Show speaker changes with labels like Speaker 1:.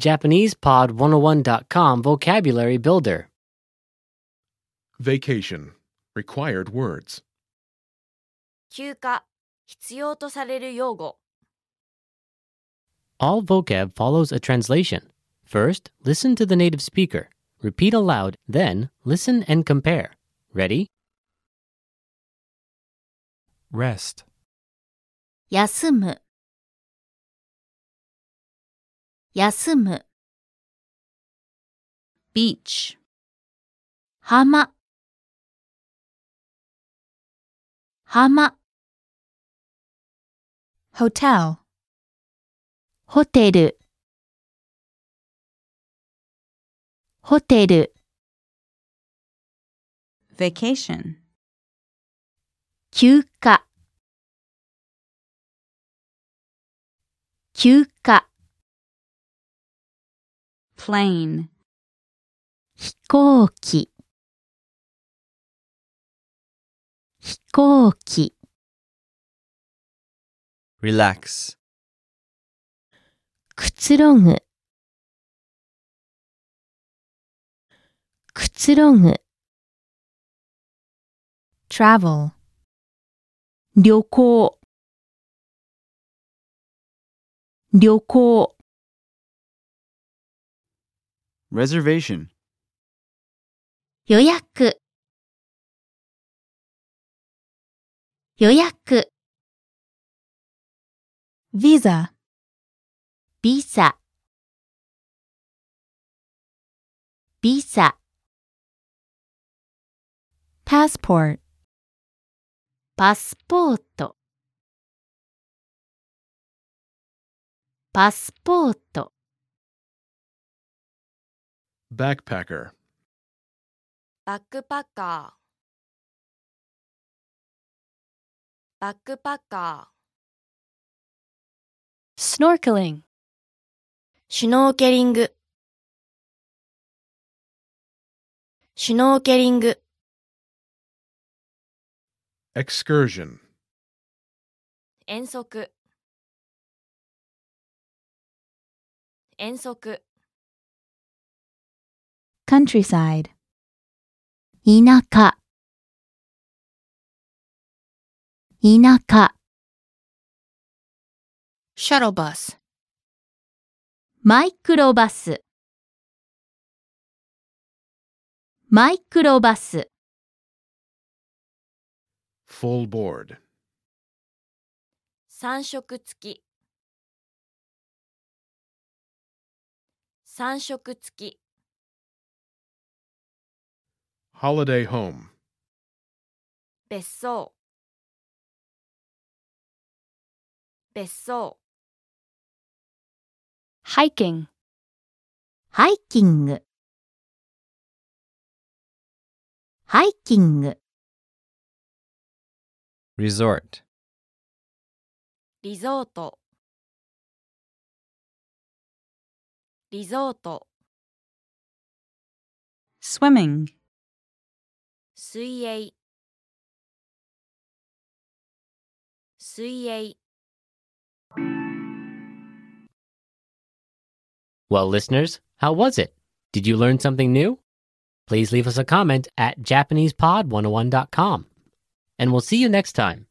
Speaker 1: JapanesePod101.com Vocabulary Builder.
Speaker 2: Vacation. Required words.
Speaker 3: 休暇必要とされる用語
Speaker 1: All vocab follows a translation. First, listen to the native speaker. Repeat aloud, then, listen and compare. Ready?
Speaker 4: Rest.
Speaker 3: 休む休むビーチ浜浜 hotel ホテルホテル
Speaker 5: vacation,
Speaker 3: 休暇休暇
Speaker 5: plane,
Speaker 3: 飛行機飛行機
Speaker 6: relax,
Speaker 3: くつろぐくつろぐ travel 旅行旅行
Speaker 6: reservation,
Speaker 3: 予約予約 visa ビザビザ passport パスポートパスポート
Speaker 2: Backpacker.
Speaker 3: バックパッカーバックパッカー snorkeling シュノーケリングシュノーケリング
Speaker 2: Excursion.
Speaker 3: 遠足遠足 countryside 田舎田舎 shuttle bus マイクロバスマイクロバス
Speaker 2: Full board.
Speaker 3: 三食付き三食付き
Speaker 2: Holiday home.
Speaker 3: 別荘別荘ハイキングハイキングハイキング
Speaker 6: resort,
Speaker 3: リゾートリゾート
Speaker 5: swimming,
Speaker 3: 水泳水泳
Speaker 1: Well, listeners, how was it? Did you learn something new? oh Please leave us a comment at JapanesePod101.com. And we'll see you next time.